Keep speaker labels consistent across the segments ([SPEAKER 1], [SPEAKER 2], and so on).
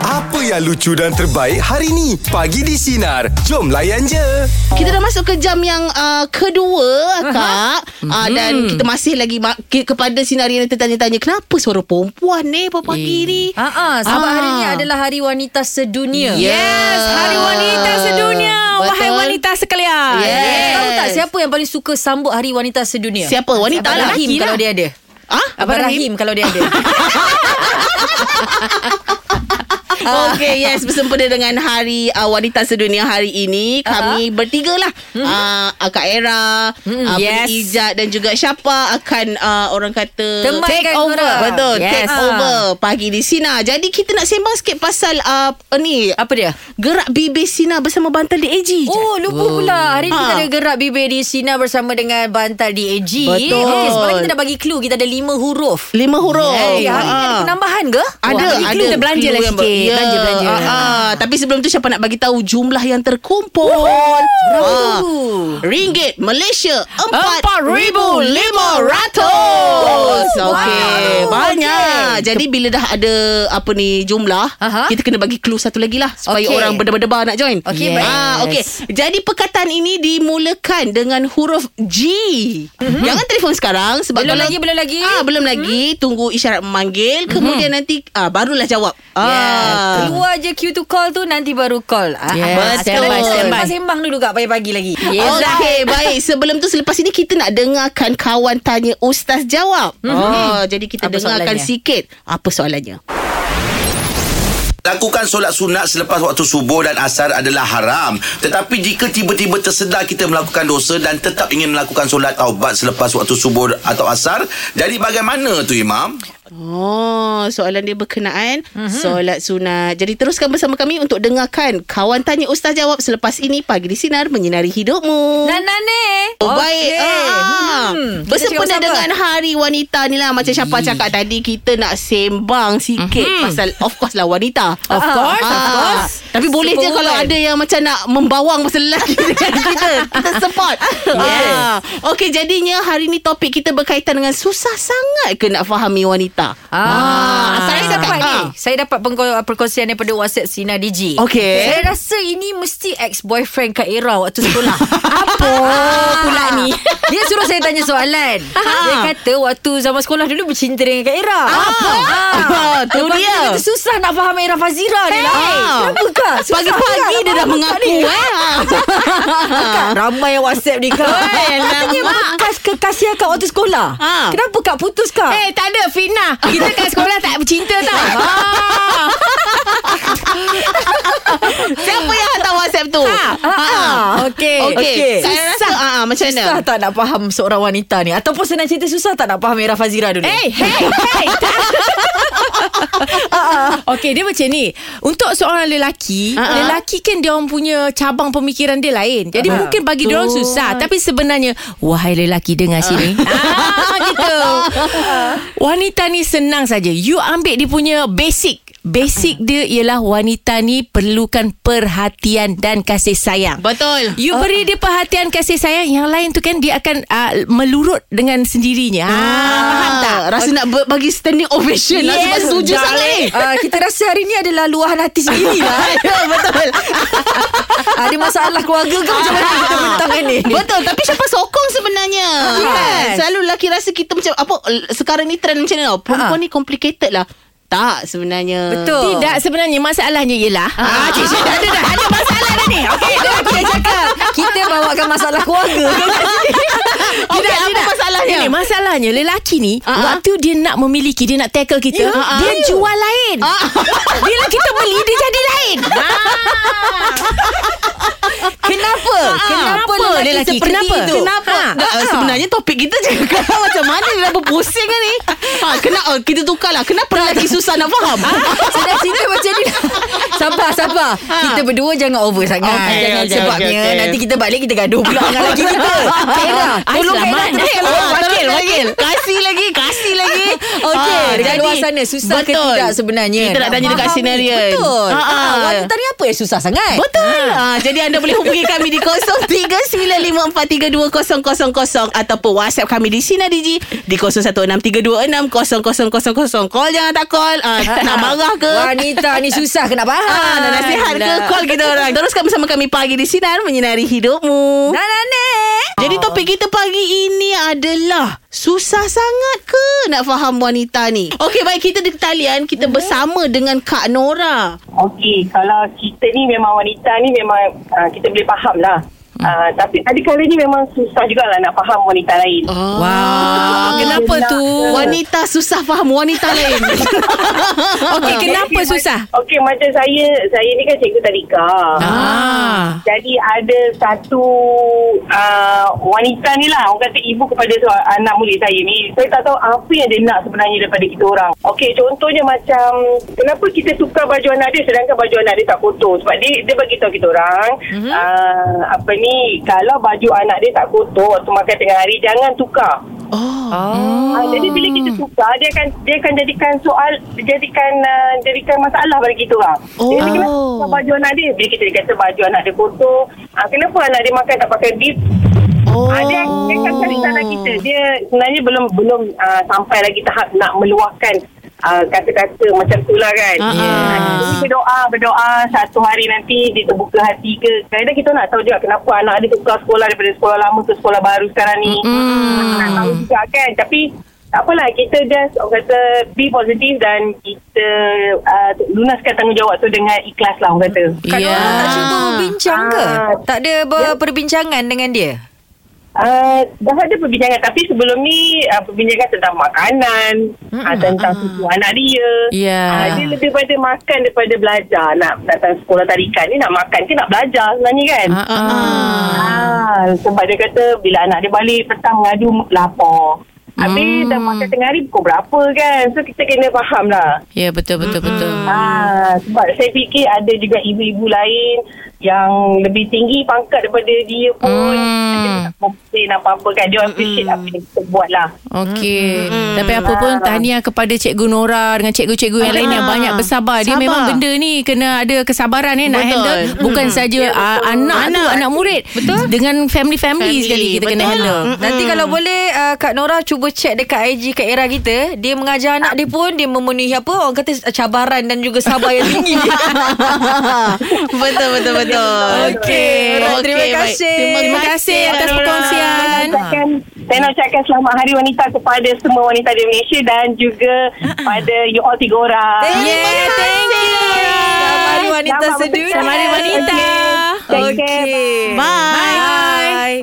[SPEAKER 1] Apa yang lucu dan terbaik hari ni? Pagi di Sinar. Jom layan je.
[SPEAKER 2] Kita dah masuk ke jam yang uh, kedua, Kak.
[SPEAKER 3] Mhm.
[SPEAKER 2] Uh, dan kita masih lagi ma- ke- kepada sinari yang tertanya-tanya, kenapa suara perempuan ni pada pagi ni?
[SPEAKER 3] Ah, ah, sebab
[SPEAKER 2] Ah.
[SPEAKER 3] hari ni adalah Hari Wanita Sedunia.
[SPEAKER 4] Yes, Hari Wanita Sedunia.
[SPEAKER 2] Betul.
[SPEAKER 4] Wahai wanita sekalian.
[SPEAKER 2] Yes.
[SPEAKER 3] Tahu tak siapa yang paling suka sambut Hari Wanita Sedunia?
[SPEAKER 2] Siapa? Wanita
[SPEAKER 3] Abang
[SPEAKER 2] lah.
[SPEAKER 3] Rahim
[SPEAKER 4] Lelaki
[SPEAKER 3] kalau
[SPEAKER 4] lah.
[SPEAKER 3] dia ada.
[SPEAKER 2] Ah?
[SPEAKER 3] Abang Rahim kalau dia ada. Ah.
[SPEAKER 2] Okey, yes. Bersempena dengan Hari uh, Wanita Sedunia hari ini,
[SPEAKER 3] Ah.
[SPEAKER 2] kami bertiga lah.
[SPEAKER 3] Hmm.
[SPEAKER 2] Uh, Kak Era, uh,
[SPEAKER 4] yes.
[SPEAKER 2] yes. Ijat dan juga Syapa akan uh, orang kata
[SPEAKER 3] Temankan
[SPEAKER 2] take over.
[SPEAKER 3] korang.
[SPEAKER 2] Betul,
[SPEAKER 3] Yes.
[SPEAKER 2] take
[SPEAKER 3] Ah.
[SPEAKER 2] over pagi di Sina. Jadi kita nak sembang sikit pasal uh, ni,
[SPEAKER 3] Apa dia?
[SPEAKER 2] gerak bibir Sina bersama Bantal di AG.
[SPEAKER 3] Oh lupa oh. pula Hari ni kita
[SPEAKER 2] Ah.
[SPEAKER 3] ada gerak bibir di Sina Bersama dengan Bantal DAG
[SPEAKER 2] Betul.
[SPEAKER 3] okay, Semalam kita dah bagi clue Kita ada lima huruf
[SPEAKER 2] Lima huruf.
[SPEAKER 3] Eh, hari ni
[SPEAKER 2] Ah.
[SPEAKER 3] ada penambahan ke?
[SPEAKER 2] Ada,
[SPEAKER 3] Wah, bagi
[SPEAKER 2] ada.
[SPEAKER 3] clue dah
[SPEAKER 4] belanja lah
[SPEAKER 2] Clue yang ber-
[SPEAKER 4] sikit.
[SPEAKER 2] Ya.
[SPEAKER 4] Belanja, belanja.
[SPEAKER 2] Ah, ah. Tapi sebelum tu siapa nak bagi tahu jumlah yang terkumpul? Berapa
[SPEAKER 3] tu?
[SPEAKER 2] Ringgit Malaysia
[SPEAKER 4] Empat ribu lima
[SPEAKER 2] 4,500.
[SPEAKER 3] Wow.
[SPEAKER 2] Okey,
[SPEAKER 3] Wow.
[SPEAKER 2] banyak. Jadi bila dah ada apa ni jumlah,
[SPEAKER 3] Aha.
[SPEAKER 2] kita kena bagi clue satu lagi lah supaya
[SPEAKER 3] Okey.
[SPEAKER 2] orang berdebar-debar nak join.
[SPEAKER 3] Okey,
[SPEAKER 2] Yes.
[SPEAKER 3] baik.
[SPEAKER 2] Ah, okey. Jadi perkataan ini dimulakan dengan huruf G. Jangan telefon sekarang sebab
[SPEAKER 3] Mhm. Belum
[SPEAKER 2] kalau-
[SPEAKER 3] lagi, belum lagi.
[SPEAKER 2] Ah, belum lagi. Tunggu isyarat memanggil, kemudian nanti ah barulah jawab. Ah.
[SPEAKER 3] Yeah. Hmm. Keluar je queue to call tu Nanti baru call ah,
[SPEAKER 4] Yes,
[SPEAKER 3] ah,
[SPEAKER 4] stand by,
[SPEAKER 3] betul.
[SPEAKER 4] stand by.
[SPEAKER 3] Sembang dulu kat pagi-pagi lagi
[SPEAKER 2] Yes, Okey, baik. Sebelum tu selepas ini kita nak dengarkan kawan tanya ustaz jawab. Mm-hmm. Oh, jadi kita
[SPEAKER 3] Hmm. Apa
[SPEAKER 2] dengarkan
[SPEAKER 3] soalannya?
[SPEAKER 2] sikit apa soalannya.
[SPEAKER 5] Lakukan solat sunat selepas waktu subuh dan asar adalah haram. Tetapi jika tiba-tiba tersedar kita melakukan dosa dan tetap ingin melakukan solat taubat selepas waktu subuh atau asar, jadi bagaimana tu Imam?
[SPEAKER 2] Oh, soalan dia berkenaan
[SPEAKER 3] Hmm.
[SPEAKER 2] mm-hmm. solat sunat. Jadi teruskan bersama kami untuk dengarkan kawan tanya ustaz jawab selepas ini pagi di sinar menyinari hidupmu.
[SPEAKER 3] Nanane
[SPEAKER 2] Oh, baik. Okay. Ah.
[SPEAKER 3] eh? Hmm.
[SPEAKER 2] Hmm.
[SPEAKER 3] Kita
[SPEAKER 2] Bersempena
[SPEAKER 3] cakap
[SPEAKER 2] dengan Hari Wanita ni lah. Macam Syafah cakap tadi, kita nak sembang sikit mm-hmm. pasal of course lah wanita. ah.
[SPEAKER 3] Of course, of course.
[SPEAKER 2] Tapi boleh je
[SPEAKER 3] Superwoman.
[SPEAKER 2] kalau ada yang macam nak membawang pasal lelaki dengan kita. Kita support.
[SPEAKER 3] Yes.
[SPEAKER 2] Ah. Okey, jadinya hari ni topik kita berkaitan dengan susah sangat ke nak fahami wanita.
[SPEAKER 3] Ah, saya
[SPEAKER 2] cakap,
[SPEAKER 3] dapat ni.
[SPEAKER 2] ah.
[SPEAKER 3] Saya dapat pengko- perkongsian daripada WhatsApp Sina DG.
[SPEAKER 2] Okey.
[SPEAKER 3] Saya rasa ini mesti ex-boyfriend Kak Ira waktu sekolah. Apa
[SPEAKER 4] pula ni?
[SPEAKER 3] Dia suruh saya tanya soalan.
[SPEAKER 2] Ah.
[SPEAKER 3] Dia kata waktu zaman sekolah dulu bercinta dengan Kak Ira. Apa?
[SPEAKER 2] Ah, tu dia.
[SPEAKER 3] Dia kata susah nak faham Ira Fazira ni lah.
[SPEAKER 2] Hey. Ah.
[SPEAKER 3] Kenapa Kak? Susah lah,
[SPEAKER 2] Pagi-pagi
[SPEAKER 3] pula
[SPEAKER 2] dia
[SPEAKER 3] nak
[SPEAKER 2] dah
[SPEAKER 3] faham Kak
[SPEAKER 2] mengaku
[SPEAKER 3] ni.
[SPEAKER 2] eh.
[SPEAKER 3] Kak, ramai yang WhatsApp ni Kak. Katanya bekas kekasih Kak waktu sekolah.
[SPEAKER 2] Ah.
[SPEAKER 3] Kenapa Kak putus Kak?
[SPEAKER 4] Eh, tak ada fitnah. Kita kat sekolah tak bercinta tau. Ah.
[SPEAKER 2] Siapa yang hantar WhatsApp tu? Ha.
[SPEAKER 3] Ah, okey.
[SPEAKER 2] Okey.
[SPEAKER 3] Okey.
[SPEAKER 2] Saya rasa ah, ah, macam mana?
[SPEAKER 3] Susah tak nak faham seorang wanita ni Ataupun senang cerita susah tak nak faham Era Fazira dulu
[SPEAKER 4] Hey, hey, hey. Okey, dia macam ni. Untuk seorang lelaki,
[SPEAKER 2] Ah, ah.
[SPEAKER 4] lelaki kan dia orang punya cabang pemikiran dia lain. Jadi mungkin bagi dia orang susah, tapi sebenarnya wahai lelaki dengar sini. ah, gitu. Wanita ni senang saja. You ambil dia punya basic. Basic dia ialah wanita ni perlukan perhatian dan kasih sayang.
[SPEAKER 2] Betul.
[SPEAKER 4] You beri dia perhatian kasih sayang Yang lain tu kan Dia akan uh, melurut dengan sendirinya ah, Faham tak?
[SPEAKER 2] Rasa nak ber- bagi standing ovation yes, lah sebab setuju sangat ni. Ya,
[SPEAKER 3] uh, Kita rasa hari ni adalah luahan hati sendiri lah Betul Ada masalah keluarga ke macam mana kita bentangkan ni
[SPEAKER 2] Betul Tapi siapa sokong sebenarnya kan?
[SPEAKER 3] Yes.
[SPEAKER 2] Selalu lelaki rasa kita macam Apa Sekarang ni trend macam ni tau Perempuan ni complicated lah Tak sebenarnya
[SPEAKER 3] Betul.
[SPEAKER 4] Tidak sebenarnya Masalahnya ialah ah, cik, cik, Ada dah Ada masalah dah ni Okey
[SPEAKER 3] Itulah kita cakap Kita bawakan masalah keluarga
[SPEAKER 2] Okey apa masalahnya
[SPEAKER 4] Ini masalahnya lelaki ni
[SPEAKER 2] Ah, ah.
[SPEAKER 4] waktu dia nak memiliki dia nak tackle kita
[SPEAKER 2] Ya, ah,
[SPEAKER 4] dia
[SPEAKER 2] ah.
[SPEAKER 4] jual lain.
[SPEAKER 2] Ah.
[SPEAKER 4] Bila kita beli dia jadi lain.
[SPEAKER 3] Kenapa? Ah, Kenapa
[SPEAKER 4] Kenapa
[SPEAKER 3] lelaki,
[SPEAKER 4] lelaki?
[SPEAKER 3] seperti
[SPEAKER 4] Kenapa?
[SPEAKER 3] itu?
[SPEAKER 2] ah.
[SPEAKER 3] Ah.
[SPEAKER 2] Kenapa? Ha, ha. Sebenarnya topik kita je Kalau macam mana dia dah berpusing kan ni
[SPEAKER 3] Ah, eh,
[SPEAKER 2] ha, kena, oh, Kita tukarlah Kenapa lelaki susah nak faham
[SPEAKER 3] Sedang cerita macam ni lah. sabar, sabar. Kita berdua jangan over sangat.
[SPEAKER 4] Okey,
[SPEAKER 3] jangan
[SPEAKER 4] okey,
[SPEAKER 3] sebabnya
[SPEAKER 4] okey, okey.
[SPEAKER 3] nanti kita balik kita gaduh pula dengan lelaki kita. Kaila,
[SPEAKER 2] lah,
[SPEAKER 3] tolong Kaila teruskan.
[SPEAKER 4] Ah,
[SPEAKER 3] Wakil,
[SPEAKER 4] terus
[SPEAKER 3] wakil.
[SPEAKER 4] lagi. Kasih lagi, kasih lagi.
[SPEAKER 3] Okey,
[SPEAKER 4] Ah,
[SPEAKER 3] dekat
[SPEAKER 4] jadi,
[SPEAKER 3] luar sana susah ke
[SPEAKER 2] betul.
[SPEAKER 3] tidak sebenarnya?
[SPEAKER 2] Kita nak tanya dekat
[SPEAKER 3] fahami.
[SPEAKER 2] senario.
[SPEAKER 3] Betul.
[SPEAKER 2] Ha, ha.
[SPEAKER 3] Ah, wanita ni apa yang susah sangat?
[SPEAKER 2] Betul.
[SPEAKER 3] Ah.
[SPEAKER 2] Ha. jadi anda boleh hubungi kami di 0395432000 ataupun WhatsApp kami di Sina Digi di 0163260000. Call jangan tak call. Ah, tak nak marah ke?
[SPEAKER 3] Wanita ni susah kena faham.
[SPEAKER 2] Ah, nak nasihat ke?
[SPEAKER 3] Lah.
[SPEAKER 2] Call kita orang. Teruskan bersama kami pagi di Sinar menyinari hidupmu.
[SPEAKER 3] Nah, nah, nah.
[SPEAKER 2] Jadi topik kita pagi ini adalah susah sangat ke nak faham wanita ni? Okey baik kita di talian kita bersama dengan Kak Nora.
[SPEAKER 6] Okey, kalau kita ni memang wanita ni memang uh, kita boleh faham lah. Uh, tapi ada kali ni memang susah jugalah nak faham wanita lain. Oh.
[SPEAKER 4] Wah, Ah, kenapa tu?
[SPEAKER 2] Ah, Wanita susah faham wanita lain.
[SPEAKER 4] Okey, kenapa susah?
[SPEAKER 6] Okey, macam saya, saya ni kan cikgu tadika.
[SPEAKER 4] Ah.
[SPEAKER 6] Jadi ada satu uh, wanita ni lah, orang kata ibu kepada tu, anak murid saya ni. Saya tak tahu apa yang dia nak sebenarnya daripada kita orang. Okey, contohnya macam kenapa kita tukar baju anak dia sedangkan baju anak dia tak kotor. Sebab dia dia bagi tahu kita orang
[SPEAKER 4] Mhm.
[SPEAKER 6] mm-hmm. uh, apa ni kalau baju anak dia tak kotor waktu makan tengah hari jangan tukar.
[SPEAKER 4] Oh.
[SPEAKER 6] Ah, jadi bila kita tukar dia akan dia akan jadikan soal jadikan uh, jadikan masalah bagi kita orang. Oh. Jadi kenapa tukar baju anak dia bila kita kata baju anak dia kotor, ah, kenapa anak dia makan tak pakai bib? Oh. Ah, dia, dia akan cari salah kita. Dia sebenarnya belum belum ah, sampai lagi tahap nak meluahkan ah, kata-kata macam tu lah kan.
[SPEAKER 2] Ah, ah.
[SPEAKER 6] Ah, jadi berdoa, berdoa satu hari nanti dia terbuka hati ke. Kadang-kadang kita nak tahu juga kenapa anak dia tukar sekolah daripada sekolah lama ke sekolah baru sekarang ni. Mm. Nak tahu juga kan. Tapi tak apalah kita just orang kata be positive dan kita uh, lunaskan tanggungjawab tu dengan ikhlas lah orang kata.
[SPEAKER 3] Kalau
[SPEAKER 4] Ya.
[SPEAKER 3] orang tak cuba berbincang ke?
[SPEAKER 6] Ah.
[SPEAKER 3] Tak ada ber- perbincangan dengan dia?
[SPEAKER 6] Uh, dah ada perbincangan tapi sebelum ni uh, perbincangan tentang makanan, mm, uh, tentang susu anak dia.
[SPEAKER 4] Hmm. Ah. Ya.
[SPEAKER 6] Uh, dia lebih pada makan daripada belajar. Nak datang sekolah tarikan ni nak makan ke nak belajar sebenarnya kan?
[SPEAKER 4] Ah, ah.
[SPEAKER 6] Ah, sebab dia kata bila anak dia balik petang mengadu lapar. Habis hmm. dah makan tengah hari pukul berapa kan. So kita kena faham lah.
[SPEAKER 4] Ya, betul betul betul.
[SPEAKER 6] Ah, sebab saya fikir ada juga ibu-ibu lain yang lebih tinggi pangkat daripada dia pun.
[SPEAKER 4] Hmm.
[SPEAKER 6] Dia tak komplain apa-apa kan. Dia appreciate apa yang kita buat lah.
[SPEAKER 4] Hmm. Okey.
[SPEAKER 2] Mm-hmm.
[SPEAKER 4] Tapi apa pun tahniah kepada Cikgu Nora dengan cikgu-cikgu yang lain yang banyak bersabar.
[SPEAKER 2] Sabar.
[SPEAKER 4] Dia memang benda ni kena ada kesabaran eh
[SPEAKER 2] Betul.
[SPEAKER 4] nak
[SPEAKER 2] Mm-hmm.
[SPEAKER 4] handle bukan saja ah, anak tu
[SPEAKER 2] Anak.
[SPEAKER 4] anak murid. Betul. Dengan family-family
[SPEAKER 2] Family,
[SPEAKER 4] sekali kita kena
[SPEAKER 2] betul. Mm-hmm.
[SPEAKER 4] handle.
[SPEAKER 3] Nanti kalau boleh uh, Kak Nora cuba check dekat IG Kak Era kita Dia mengajar anak dia pun Dia memenuhi apa Orang kata uh, cabaran dan juga sabar yang tinggi
[SPEAKER 2] betul betul betul.
[SPEAKER 3] Okey.
[SPEAKER 2] Okey,
[SPEAKER 3] Terima
[SPEAKER 2] baik.
[SPEAKER 3] kasih.
[SPEAKER 2] Terima kasih atas perkongsian.
[SPEAKER 6] Saya nak ucapkan, saya nak ucapkan selamat hari wanita kepada semua wanita di Malaysia dan juga pada you all tiga orang.
[SPEAKER 3] Terima Ah, yeah, thank you Selamat hari wanita
[SPEAKER 6] Selamat
[SPEAKER 3] sedunia
[SPEAKER 6] bertugas. Selamat hari wanita. Take care.
[SPEAKER 3] Okey.
[SPEAKER 2] Bye.
[SPEAKER 3] Bye.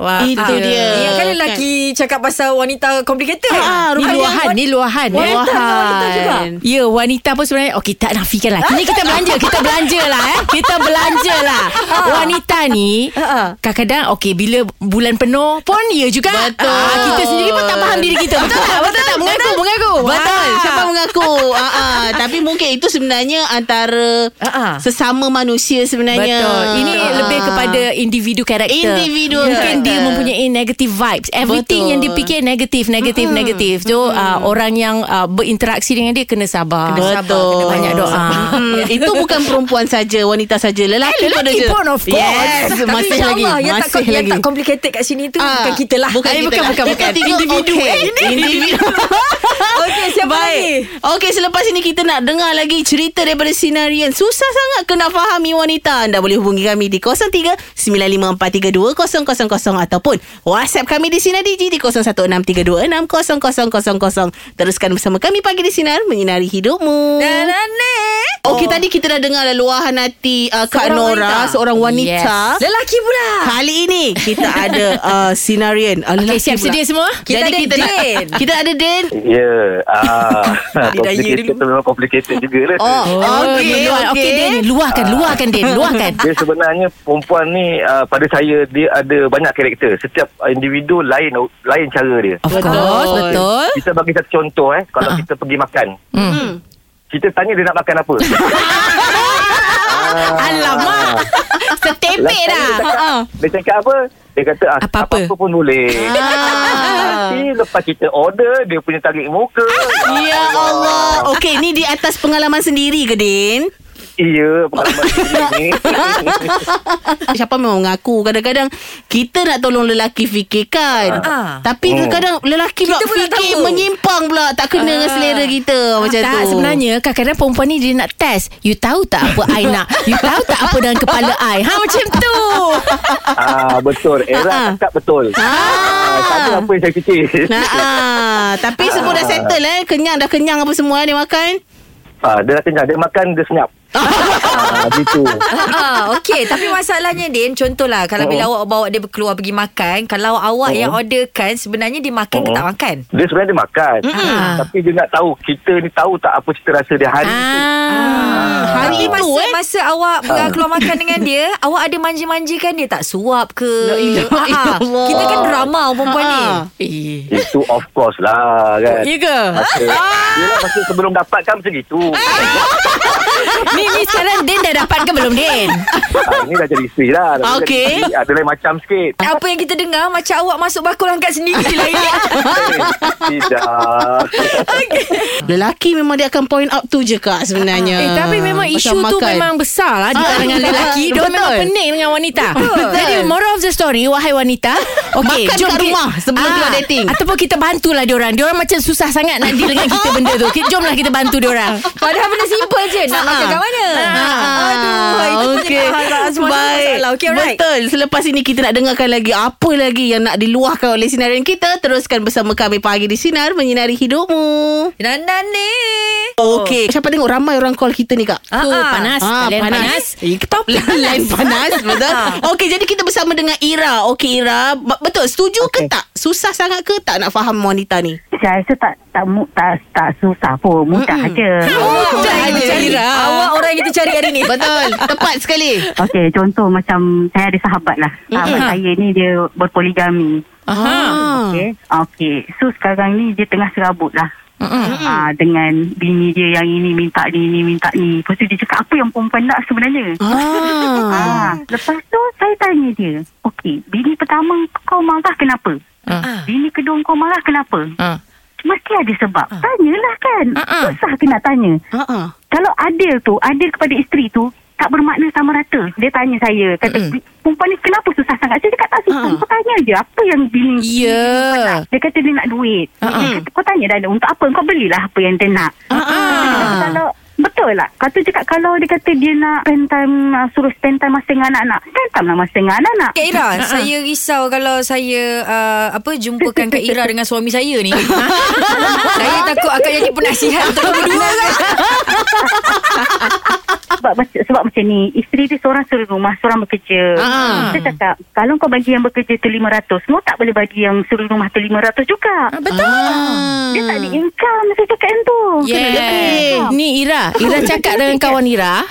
[SPEAKER 4] Wah,
[SPEAKER 2] Itu
[SPEAKER 4] ah.
[SPEAKER 2] dia.
[SPEAKER 3] Ya kan lelaki cakap pasal wanita complicated
[SPEAKER 2] Ah,
[SPEAKER 4] Ni
[SPEAKER 2] Ada
[SPEAKER 4] luahan, ni luahan.
[SPEAKER 3] Wanita dengan wanita juga.
[SPEAKER 4] Ya, wanita pun sebenarnya okey tak nafikan lah. Ini kita belanja, kita belanja lah eh. Kita belanja lah. Wanita ni
[SPEAKER 3] Ah.
[SPEAKER 4] kadang-kadang okey bila bulan penuh pun ya juga.
[SPEAKER 2] Betul.
[SPEAKER 4] Ah, kita sendiri pun tak faham diri kita. Betul tak? Betul tak? Mengaku, mengaku.
[SPEAKER 2] Betul.
[SPEAKER 4] Ah.
[SPEAKER 2] Siapa mengaku? Ha ah. Tapi mungkin itu sebenarnya antara
[SPEAKER 3] Ah, ah.
[SPEAKER 2] sesama manusia sebenarnya.
[SPEAKER 4] Betul. Ini
[SPEAKER 2] Ah.
[SPEAKER 4] lebih kepada individu karakter.
[SPEAKER 2] Individu
[SPEAKER 4] Mungkin
[SPEAKER 2] karakter.
[SPEAKER 4] dia mempunyai negative vibes. Everything
[SPEAKER 2] Betul.
[SPEAKER 4] yang dia fikir negatif, negatif, mm negatif. So uh, orang yang uh, berinteraksi dengan dia kena sabar.
[SPEAKER 2] Betul.
[SPEAKER 4] Kena banyak doa.
[SPEAKER 2] Hmm, itu bukan perempuan saja, wanita saja, lelaki,
[SPEAKER 4] Eh, lelaki
[SPEAKER 2] ada.
[SPEAKER 4] pun, of course. ya.
[SPEAKER 2] Yes,
[SPEAKER 3] Tapi
[SPEAKER 2] masih lagi.
[SPEAKER 3] insyaAllah yang,
[SPEAKER 2] masih
[SPEAKER 3] tak, yang
[SPEAKER 2] lagi.
[SPEAKER 3] tak complicated kat sini tu
[SPEAKER 2] Ah,
[SPEAKER 3] Bukan kita lah
[SPEAKER 2] Bukan,
[SPEAKER 3] Eh,
[SPEAKER 2] kita
[SPEAKER 3] bukan,
[SPEAKER 2] lah. Kita
[SPEAKER 3] bukan, bukan.
[SPEAKER 2] tiga,
[SPEAKER 3] Individu
[SPEAKER 2] okay.
[SPEAKER 3] eh, ini.
[SPEAKER 2] Individu.
[SPEAKER 3] Okey siapa lagi
[SPEAKER 2] Okey, selepas ini kita nak dengar lagi cerita daripada Sinarian. Susah sangat kena fahami wanita. Anda boleh hubungi kami di 03 95432000 ataupun WhatsApp kami di Sinar Digi di 0163260000. Teruskan bersama kami pagi di Sinar menyinari hidupmu.
[SPEAKER 3] Dan aneh
[SPEAKER 2] Okey, tadi Oh, kita dah dengar lah luahan hati uh, Kak
[SPEAKER 3] Seorang
[SPEAKER 2] Nora,
[SPEAKER 3] Oh, wanita.
[SPEAKER 2] seorang wanita.
[SPEAKER 4] Yes.
[SPEAKER 3] Lelaki pula
[SPEAKER 2] Kali ini kita ada uh, Sinarian. Uh,
[SPEAKER 4] Okay,
[SPEAKER 2] lelaki
[SPEAKER 4] siap
[SPEAKER 2] pula.
[SPEAKER 4] sedia semua?
[SPEAKER 3] Kita ada
[SPEAKER 2] kita nak-
[SPEAKER 3] Din.
[SPEAKER 2] kita ada Din.
[SPEAKER 7] Ya, ah,
[SPEAKER 3] Didaya
[SPEAKER 7] complicated
[SPEAKER 3] dulu.
[SPEAKER 7] tu memang complicated lah. jugalah.
[SPEAKER 2] Oh, okey,
[SPEAKER 4] Okey, okay,
[SPEAKER 2] okey.
[SPEAKER 4] Din. Luahkan, luahkan, Din. Luahkan.
[SPEAKER 7] Dia sebenarnya perempuan ni uh, pada saya dia ada banyak karakter. Setiap individu lain lain cara dia.
[SPEAKER 4] Of course, betul.
[SPEAKER 7] Kita bagi satu contoh eh, kalau kita pergi makan.
[SPEAKER 4] Hmm.
[SPEAKER 7] Kita tanya dia nak makan apa. ah,
[SPEAKER 4] Alamak. Setepek
[SPEAKER 7] Last time
[SPEAKER 4] dah. Ha.
[SPEAKER 7] Dia cakap, dia cakap apa? Dia kata ah,
[SPEAKER 4] Apa-apa.
[SPEAKER 7] apa-apa. pun boleh. Nanti lepas kita order, dia punya tarik muka.
[SPEAKER 2] Ya Allah. Okey, ni di atas pengalaman sendiri ke, Din?
[SPEAKER 7] Iya, pengalaman sendiri ni.
[SPEAKER 2] Siapa memang mengaku Kadang-kadang Kita nak tolong lelaki fikirkan
[SPEAKER 3] Ah.
[SPEAKER 2] Tapi kadang-kadang Lelaki pula
[SPEAKER 3] pun tak
[SPEAKER 2] fikir
[SPEAKER 3] tahu.
[SPEAKER 2] Menyimpang pula Tak kena dengan selera kita Oh, Macam
[SPEAKER 4] Ah. tak,
[SPEAKER 2] tu
[SPEAKER 4] sebenarnya kadang-kadang perempuan ni dia nak test. You tahu tak apa I nak? You tahu tak apa dalam kepala I? Ha macam tu.
[SPEAKER 7] ah, betul. Era
[SPEAKER 2] Ah.
[SPEAKER 7] cakap betul. Ah, tak ada apa yang saya fikir.
[SPEAKER 2] Nah, ah. Tapi semua dah settle eh Kenyang dah kenyang apa semua eh, Dia makan
[SPEAKER 7] ah, dia dah kenyang. Dia makan, dia senyap. ah, gitu.
[SPEAKER 3] Ah, Okey Tapi masalahnya Din Contohlah Kalau bila awak bawa dia keluar pergi makan Kalau awak yang orderkan Sebenarnya dia makan ke tak makan
[SPEAKER 7] Dia sebenarnya dia makan. Mm. Tapi dia nak tahu, kita ni tahu tak apa cita rasa dia hari tu.
[SPEAKER 4] Ah.
[SPEAKER 2] itu,
[SPEAKER 3] Hari masa,
[SPEAKER 2] eh.
[SPEAKER 3] masa awak uh, keluar makan dengan dia Awak ada manja-manjakan dia tak? Suap ke?
[SPEAKER 2] Ya
[SPEAKER 3] Ah,
[SPEAKER 2] Allah.
[SPEAKER 3] Kita kan drama perempuan ni
[SPEAKER 2] Ah.
[SPEAKER 7] Itu of course lah kan.
[SPEAKER 4] Ya ke?
[SPEAKER 7] Masa, yelah, masa sebelum dapat kan macam gitu.
[SPEAKER 4] Ni ni sekarang Din dah dapat ke belum Din?
[SPEAKER 7] ah, ini dah jadi isteri lah. Dah jadi
[SPEAKER 2] Okey.
[SPEAKER 7] isteri, Ada lain macam sikit.
[SPEAKER 3] Apa yang kita dengar Macam awak masuk bakul angkat sendiri lah ini.
[SPEAKER 7] Tidak.
[SPEAKER 2] Lelaki memang dia akan point out tu je kak sebenarnya
[SPEAKER 4] Eh, tapi memang
[SPEAKER 2] Pasal
[SPEAKER 4] isu tu
[SPEAKER 2] Ya. makan.
[SPEAKER 4] memang besar lah di
[SPEAKER 2] Ah,
[SPEAKER 4] kalangan
[SPEAKER 2] betul.
[SPEAKER 4] lelaki. Dia
[SPEAKER 2] Betul.
[SPEAKER 4] memang pening dengan wanita. Jadi moral of the story, wahai wanita, okay,
[SPEAKER 2] Makan kat rumah sebelum keluar dating.
[SPEAKER 4] Ah, Ataupun kita bantulah diorang. Diorang macam susah sangat nak deal dengan kita benda tu. Kita, jomlah kita bantu diorang.
[SPEAKER 3] Padahal benda simple je
[SPEAKER 2] Ah.
[SPEAKER 3] Nak makan kat mana Ah, Aduh Itu okay. punya tak harap Semua
[SPEAKER 2] Baik.
[SPEAKER 3] masalah Okay alright
[SPEAKER 2] Betul. Selepas ini kita nak dengarkan lagi apa lagi yang nak diluahkan oleh sinaran kita. Teruskan bersama kami pagi di Sinar Menyinari Hidupmu.
[SPEAKER 3] Nandan ni Oh.
[SPEAKER 2] Okey. Siapa tengok ramai orang call kita ni kak?
[SPEAKER 4] Tu
[SPEAKER 3] ah.
[SPEAKER 4] panas, kalian panas.
[SPEAKER 2] Eh, topik
[SPEAKER 3] Lah,
[SPEAKER 2] lain panas, betul.
[SPEAKER 3] Ah.
[SPEAKER 2] Okey, jadi kita bersama dengan Ira. Okey, Ira, b- betul setuju okay. ke tak? Susah sangat ke tak nak faham wanita ni?
[SPEAKER 6] Saya rasa tak tak mu, tak, tak susah pun mudah mm aja.
[SPEAKER 2] Mudah
[SPEAKER 3] Awak
[SPEAKER 2] je,
[SPEAKER 3] lah. Oh, cari.
[SPEAKER 2] Ira.
[SPEAKER 3] Awak orang yang kita cari hari ni
[SPEAKER 2] Eh, Betul, tepat sekali.
[SPEAKER 6] Okey, contoh macam saya ada sahabat lah. Sahabat saya ni dia berpoligami.
[SPEAKER 2] Aha.
[SPEAKER 6] Okey. Ah. Okey. So sekarang ni dia tengah serabut lah. Ah, dengan bini dia yang ini minta ni ni minta ni. Lepas tu dia cakap apa yang perempuan nak sebenarnya.
[SPEAKER 2] Ah.
[SPEAKER 6] Ah, lepas tu saya tanya dia, okey, bini pertama kau marah kenapa?
[SPEAKER 4] Ah.
[SPEAKER 6] Bini kedua kau marah kenapa?
[SPEAKER 4] Ah.
[SPEAKER 6] Mesti ada sebab. Tanyalah kan.
[SPEAKER 4] Ah-ah.
[SPEAKER 6] Susah ke nak tanya?
[SPEAKER 2] Ah. ah.
[SPEAKER 6] Kalau adil tu, adil kepada isteri tu, tak bermakna sama rata. Dia tanya saya, kata, mm perempuan ni kenapa susah sangat? Saya cakap tak susah.
[SPEAKER 2] Ha.
[SPEAKER 6] Kau tanya je, apa yang bini
[SPEAKER 4] Ya.
[SPEAKER 6] nak? Dia kata dia nak duit. Dia kata, kau tanya dah, untuk apa? Kau belilah apa yang dia nak. Kata, Kalau Betul lah. Kau tu cakap kalau dia kata dia nak spend time, uh, suruh spend time masa dengan anak-anak. Spend time lah masa dengan anak-anak.
[SPEAKER 3] Kak Ira, saya risau kalau saya uh, apa jumpakan Kak Ira dengan suami saya ni. saya takut akan jadi penasihat untuk berdua kan.
[SPEAKER 6] sebab mac- sebab macam ni isteri dia seorang suri rumah seorang bekerja
[SPEAKER 2] Ah.
[SPEAKER 6] saya cakap kalau kau bagi yang bekerja tu 500 mu tak boleh bagi yang suri rumah tu 500 juga
[SPEAKER 2] Ah,
[SPEAKER 4] Betul.
[SPEAKER 6] dia tak ada income saya cakap yang tu
[SPEAKER 2] Oh,
[SPEAKER 4] Yeah.
[SPEAKER 6] Ni-
[SPEAKER 4] Ni Ira Ira cakap dengan kawan Ira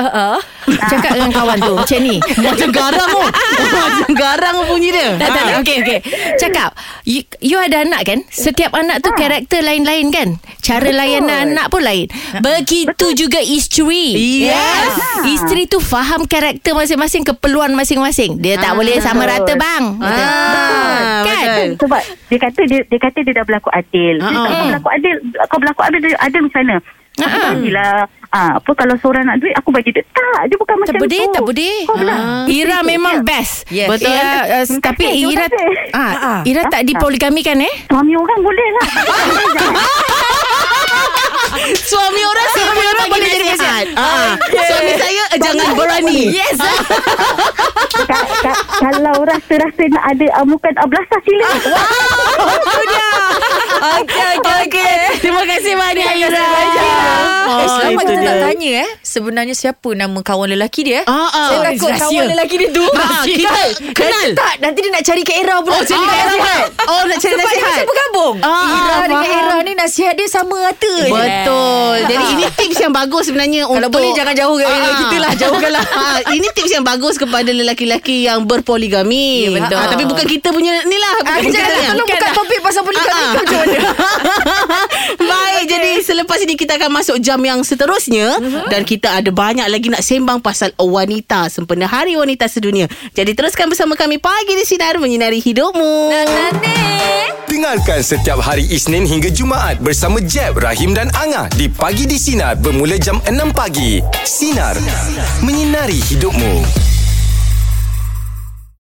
[SPEAKER 4] Cakap dengan kawan tu Macam ni
[SPEAKER 2] Macam garang tu. Macam garang bunyi dia.
[SPEAKER 4] Tak, tak, tak. Okey, okey. Cakap, you, you ada anak kan? Setiap anak tu karakter lain-lain kan? Cara layanan anak pun lain. Begitu juga isteri.
[SPEAKER 2] Yes.
[SPEAKER 4] Isteri tu faham karakter masing-masing, keperluan masing-masing. Dia tak boleh sama rata bang.
[SPEAKER 2] Ah,
[SPEAKER 4] Kan?
[SPEAKER 2] betul.
[SPEAKER 6] sebab dia kata dia, dia kata dia dah berlaku adil Dia cakap, kau berlaku adil kau berlaku adil dia adil macam mana Aku bagilah ah, Apa kalau seorang nak duit Aku bagi dia Tak dia bukan
[SPEAKER 4] Tak
[SPEAKER 6] macam
[SPEAKER 4] boleh,
[SPEAKER 6] tu
[SPEAKER 4] tak boleh. Ha.
[SPEAKER 6] Kau bilang,
[SPEAKER 4] Ira
[SPEAKER 6] "Ya."
[SPEAKER 4] memang best.
[SPEAKER 3] Yes.
[SPEAKER 4] Betul. Ira, uh, tapi
[SPEAKER 6] kasih,
[SPEAKER 4] Ira
[SPEAKER 6] terima kasih.
[SPEAKER 4] ah, Ira tak dipoligamikan eh?
[SPEAKER 6] Suami orang boleh lah
[SPEAKER 2] Suami orang Suami orang boleh jadi nasihat ah. Suami saya eh, Jangan berani Yes
[SPEAKER 6] Ka- ka- kalau rasa-rasa nak ada ah, amukan ablasah sila.
[SPEAKER 2] Ah.
[SPEAKER 3] Okey, okey, okey.
[SPEAKER 4] Terima kasih banyak Ira.
[SPEAKER 3] Eh, selamat kita tak tanya eh Sebenarnya siapa nama kawan lelaki dia eh?
[SPEAKER 2] Ah, ah.
[SPEAKER 3] Saya
[SPEAKER 2] Oh,
[SPEAKER 3] takut
[SPEAKER 2] rahsia.
[SPEAKER 3] kawan lelaki dia tu
[SPEAKER 2] Ah, kita kenal.
[SPEAKER 3] Nanti tak Nanti dia nak cari Kak Ira pula
[SPEAKER 2] Oh cari
[SPEAKER 3] Ah,
[SPEAKER 2] nasihat Oh nak cari
[SPEAKER 3] Sebab dia
[SPEAKER 2] nasihat
[SPEAKER 3] macam bergabung
[SPEAKER 2] Ah,
[SPEAKER 3] Ira
[SPEAKER 2] ah,
[SPEAKER 3] dengan
[SPEAKER 2] faham.
[SPEAKER 3] Ira ni Nasihat dia sama rata je
[SPEAKER 2] Betul Jadi
[SPEAKER 3] Ah.
[SPEAKER 2] ini tips yang bagus sebenarnya
[SPEAKER 3] Kalau
[SPEAKER 2] untuk
[SPEAKER 3] boleh jangan jauh dengan kita lah, jauhkanlah.
[SPEAKER 2] Ah, Ini tips yang bagus kepada lelaki-lelaki yang berpoligami
[SPEAKER 3] Ya, betul.
[SPEAKER 2] Ah, Tapi bukan kita punya ni lah Ah,
[SPEAKER 3] Ah,
[SPEAKER 2] bukan lah. kita
[SPEAKER 3] Janganlah
[SPEAKER 2] punya.
[SPEAKER 3] tolong buka topik pasal poligami
[SPEAKER 2] Ah, ah.
[SPEAKER 3] kau macam mana
[SPEAKER 2] Baik, jadi selepas Selepas ini kita akan masuk jam yang seterusnya
[SPEAKER 3] Mhm.
[SPEAKER 2] dan kita ada banyak lagi nak sembang pasal wanita sempena Hari Wanita Sedunia. Jadi teruskan bersama kami pagi di sinar menyinari hidupmu.
[SPEAKER 1] Dengarkan setiap hari Isnin hingga Jumaat bersama Jeb, Rahim dan Angah di Pagi di Sinar bermula jam 6 pagi. Sinar. Menyinari hidupmu.